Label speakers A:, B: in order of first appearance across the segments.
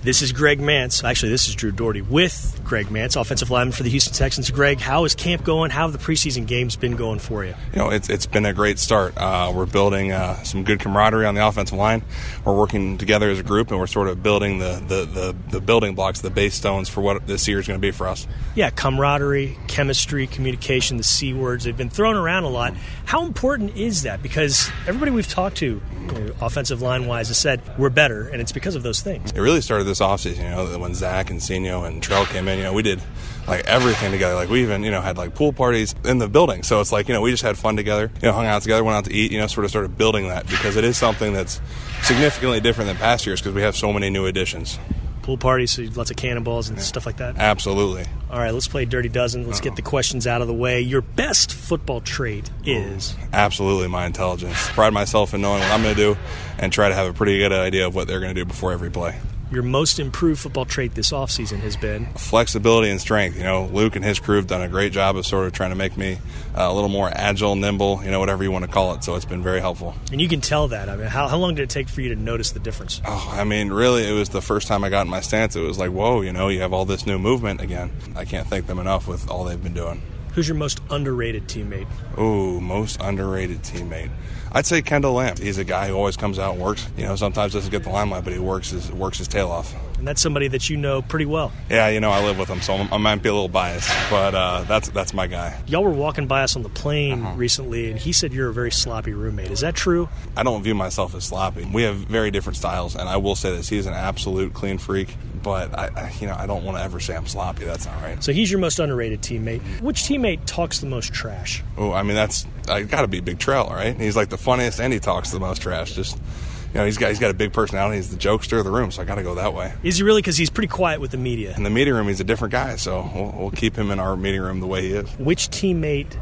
A: This is Greg Mance. Actually, this is Drew Doherty with Greg Mance, offensive lineman for the Houston Texans. Greg, how is camp going? How have the preseason games been going for you?
B: You know, it's, it's been a great start. Uh, we're building uh, some good camaraderie on the offensive line. We're working together as a group, and we're sort of building the, the, the, the building blocks, the base stones for what this year is going to be for us.
A: Yeah, camaraderie, chemistry, communication, the C words, they've been thrown around a lot. How important is that? Because everybody we've talked to, you know, offensive line wise, has said we're better, and it's because of those things.
B: It really started this offseason, you know, when Zach and Sino and Trell came in, you know, we did like everything together. Like we even, you know, had like pool parties in the building. So it's like, you know, we just had fun together, you know, hung out together, went out to eat, you know, sort of started building that because it is something that's significantly different than past years because we have so many new additions.
A: Pool parties, so lots of cannonballs and stuff like that.
B: Absolutely.
A: All right, let's play Dirty Dozen. Let's get the questions out of the way. Your best football trait is
B: Absolutely my intelligence. Pride myself in knowing what I'm going to do and try to have a pretty good idea of what they're going to do before every play.
A: your most improved football trait this offseason has been
B: flexibility and strength. You know, Luke and his crew have done a great job of sort of trying to make me uh, a little more agile, nimble, you know, whatever you want to call it. So it's been very helpful.
A: and you can tell that. I mean, how, how long did it take for you to notice the difference?
B: Oh, I mean, really, it was the first time I got in my stance. It was like, whoa, you know, you have all this new movement again. I can't thank them enough with all they've been doing.
A: Who's your most underrated teammate?
B: Ooh, most underrated teammate. I'd say Kendall Lamb. He's a guy who always comes out and works. You know, sometimes doesn't get the limelight, but he works his works his tail off.
A: And that's somebody that you know pretty well.
B: Yeah, you know, I live with him, so I'm- I might be a little biased, but uh, that's that's my guy.
A: Y'all were walking by us on the plane recently, and he said you're a very sloppy roommate. Is that true?
B: I don't view myself as sloppy. We have very different styles, and I will say this: he's an absolute clean freak. But I, I you know, I don't want to ever say I'm sloppy. That's not right.
A: So he's your most underrated teammate. Which teammate talks the most trash?
B: Oh, I mean, that's I got to be Big Trail, right? He's like the funniest, and he talks the most trash. Just, you know, he's got he's got a big personality. He's the jokester of the room, so I got to go that way.
A: Is he really? Because he's pretty quiet with the media.
B: In the meeting room, he's a different guy, so we'll, we'll keep him in our meeting room the way he is.
A: Which teammate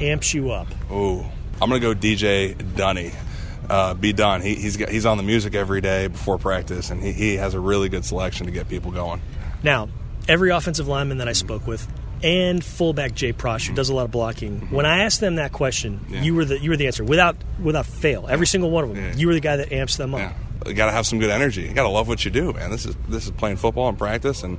A: amps you up?
B: Ooh, I'm gonna go DJ Dunny. Uh, be done. He, he's got, he's on the music every day before practice, and he, he has a really good selection to get people going.
A: Now, every offensive lineman that I spoke with and fullback Jay Prosh, who does a lot of blocking,
B: Mm-hmm.
A: when I asked them that question, you were the you were the answer without without fail. Every single one of them,
B: Yeah.
A: you were the guy that amps them up.
B: Yeah. You got to have some good energy. You got to love what you do, man. This is this is playing football and practice, and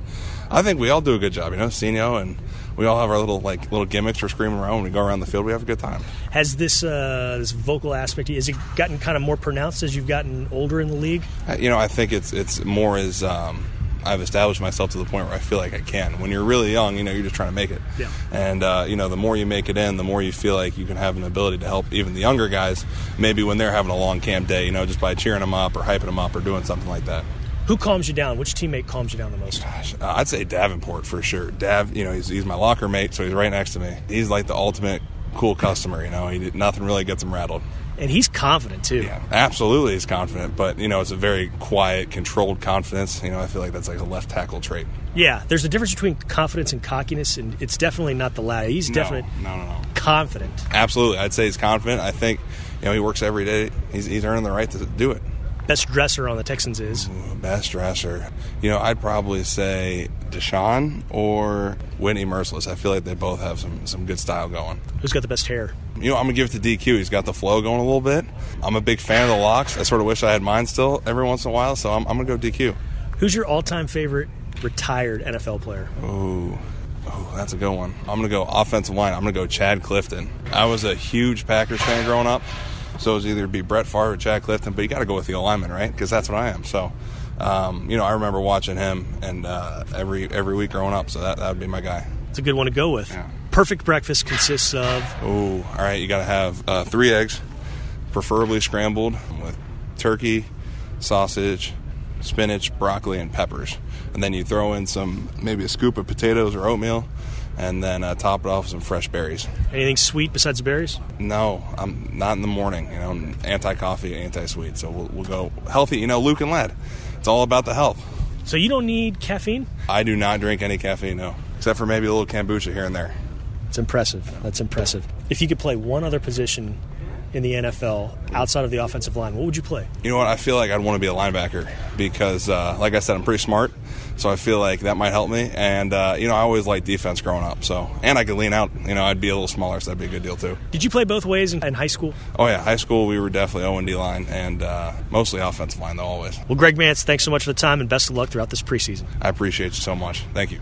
B: I think we all do a good job. You know, Sino and we all have our little like little gimmicks. We're screaming around when we go around the field. We have a good time.
A: Has this uh, this vocal aspect? Has it gotten kind of more pronounced as you've gotten older in the league?
B: I- You know, I think it's it's more as um, I've established myself to the point where I feel like I can. When you're really young, you know, you're just trying to make it.
A: Yeah.
B: And uh, you know, the more you make it in, the more you feel like you can have an ability to help even the younger guys. Maybe when they're having a long camp day, you know, just by cheering them up or hyping them up or doing something like that.
A: Who calms you down? Which teammate calms you down the most?
B: Gosh, uh, I'd say Davenport for sure. Dav, you know, he's, he's my locker mate, so he's right next to me. He's like the ultimate cool customer. You know, he did, nothing really gets him rattled.
A: And he's confident too.
B: Yeah, absolutely, he's confident, but you know, it's a very quiet, controlled confidence. You know, I feel like that's like a left tackle trait.
A: Yeah, there's a difference between confidence and cockiness, and it's definitely not the latter. He's definitely
B: No, no, no, no.
A: confident.
B: Absolutely, I'd say he's confident. I think, you know, he works every day. He's he's earning the right to do it.
A: Best dresser on the Texans is.
B: Mm-hmm. Best dresser, you know, I'd probably say Deshaun or Whitney Merciless. I feel like they both have some some good style going.
A: Who's got the best hair?
B: You know, I'm gonna give it to DQ. He's got the flow going a little bit. I'm a big fan of the locks. I sort of wish I had mine still every once in a while, so I'm, I'm gonna go DQ.
A: Who's your all-time favorite retired NFL player?
B: Ooh. Ooh, that's a good one. I'm gonna go offensive line. I'm gonna go Chad Clifton. I was a huge Packers fan growing up, so it was either be Brett Favre or Chad Clifton. But you got to go with the alignment, right? Because that's what I am. So, um, you know, I remember watching him and uh, every every week growing up. So that that would be my guy.
A: It's a good one to go with. Perfect breakfast consists of
B: Ooh, all right. You got to have uh, three eggs, preferably scrambled with turkey, sausage, spinach, broccoli, and peppers. And then you throw in some, maybe a scoop of potatoes or oatmeal, and then uh, top it off with some fresh berries.
A: anything sweet besides berries.
B: No, I'm not in the morning. You know, I'm anti-coffee, anti-sweet. So we'll, we'll go healthy. You know, Luke and Lad. It's all about the health.
A: So you don't need caffeine.
B: I do not drink any caffeine, no, except for maybe a little kombucha here and there.
A: It's impressive. That's impressive. If you could play one other position in the NFL outside of the offensive line? What would you play?
B: You know what? I feel like I'd want to be a linebacker because, uh, like I said, I'm pretty smart. So I feel like that might help me. And, uh, you know, I always liked defense growing up. So, and I could lean out. You know, I'd be a little smaller, so that'd be a good deal, too.
A: Did you play both ways in, in high school?
B: Oh, yeah. High school, we were definitely O and D line and uh, mostly offensive line, though, always.
A: Well, Greg Mance, thanks so much for the time and best of luck throughout this preseason.
B: I appreciate you so much. Thank you.